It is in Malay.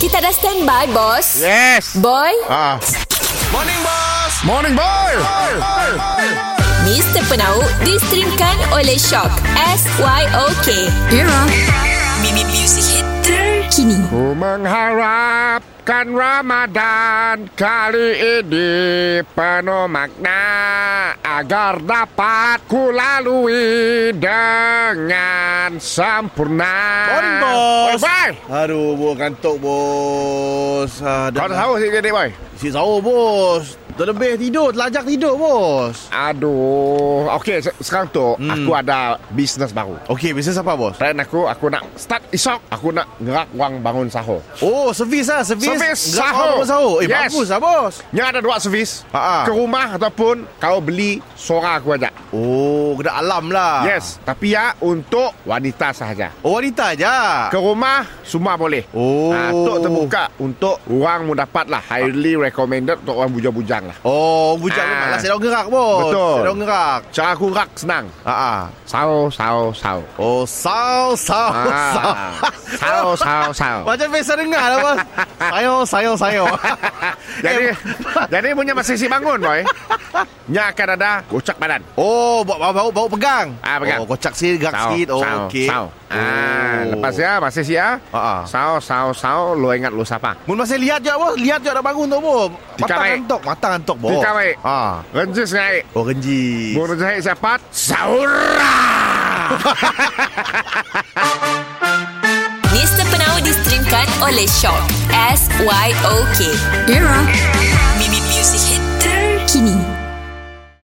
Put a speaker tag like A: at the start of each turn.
A: Kita dah standby, bos.
B: Ya. Yes.
A: Boy,
B: Ah.
C: Morning Boss
B: Morning boy.
A: Mr. Penau distrimkan oleh Shock. S-Y-O-K. Era. Mimi Music Hit terkini.
B: Ku mengharapkan Ramadan kali ini penuh makna agar dapat ku lalui dengan sempurna.
C: Morning Boss
B: Ah. Morning boy.
C: Aduh bos kantuk bos ah,
B: Kau dah tahu sih jadi boy.
C: Si sahur bos Terlebih tidur Terlajak tidur bos
B: Aduh. Okey, se- sekarang tu hmm. aku ada bisnes baru.
C: Okey bisnes apa bos?
B: Plan aku Aku nak start esok Aku nak gerak wang bangun sahur
C: Oh servis lah Servis
B: Servis
C: Gerak
B: sahur.
C: orang sahur Eh
B: Yes.
C: bagus lah bos
B: Ni ada dua servis
C: Ha, ha.
B: Ke rumah ataupun Kau beli Sora aku ajak
C: Oh kena alam lah
B: Yes Tapi ya Untuk wanita sahaja
C: Oh wanita aja.
B: Ke rumah Semua boleh
C: Oh.
B: Ah, Tok terbuka Untuk orang mu dapat lah Highly recommended Untuk orang bujang-bujang lah
C: Oh bujang
B: Ah.
C: ah. memang lah Sedang gerak bos
B: Betul.
C: Sedang gerak
B: Cara aku rak senang
C: Ah, ah.
B: Sao Sao Sao
C: Oh saw saw saw
B: Ah. Sao Sao Sao
C: Macam biasa dengar lah bos Sayo sayo sayo
B: Jadi
C: Eh,
B: Jadi punya masih si bangun boy Nya akan ada Kocak badan
C: Oh, bau bau bau, bau pegang.
B: Ah, pegang.
C: Oh, kocak sikit, gerak
B: Sao,
C: sikit. Oh,
B: sao,
C: okey.
B: Sao. Ah,
C: Oh.
B: lepas ya, masih sia.
C: Ha, ha.
B: Sao, sao, sao, lo ingat lo siapa?
C: Mun masih lihat je bos, lihat je dah bangun tu bos.
B: Tika
C: Mata
B: baik.
C: antok, mata antok bos.
B: Tika baik.
C: Ah.
B: Renjis ngai.
C: Oh, genji.
B: Bung renjis ngai siapa? Saura.
A: Mr. Penau distrimkan oleh Shock. S-Y-O-K. Era.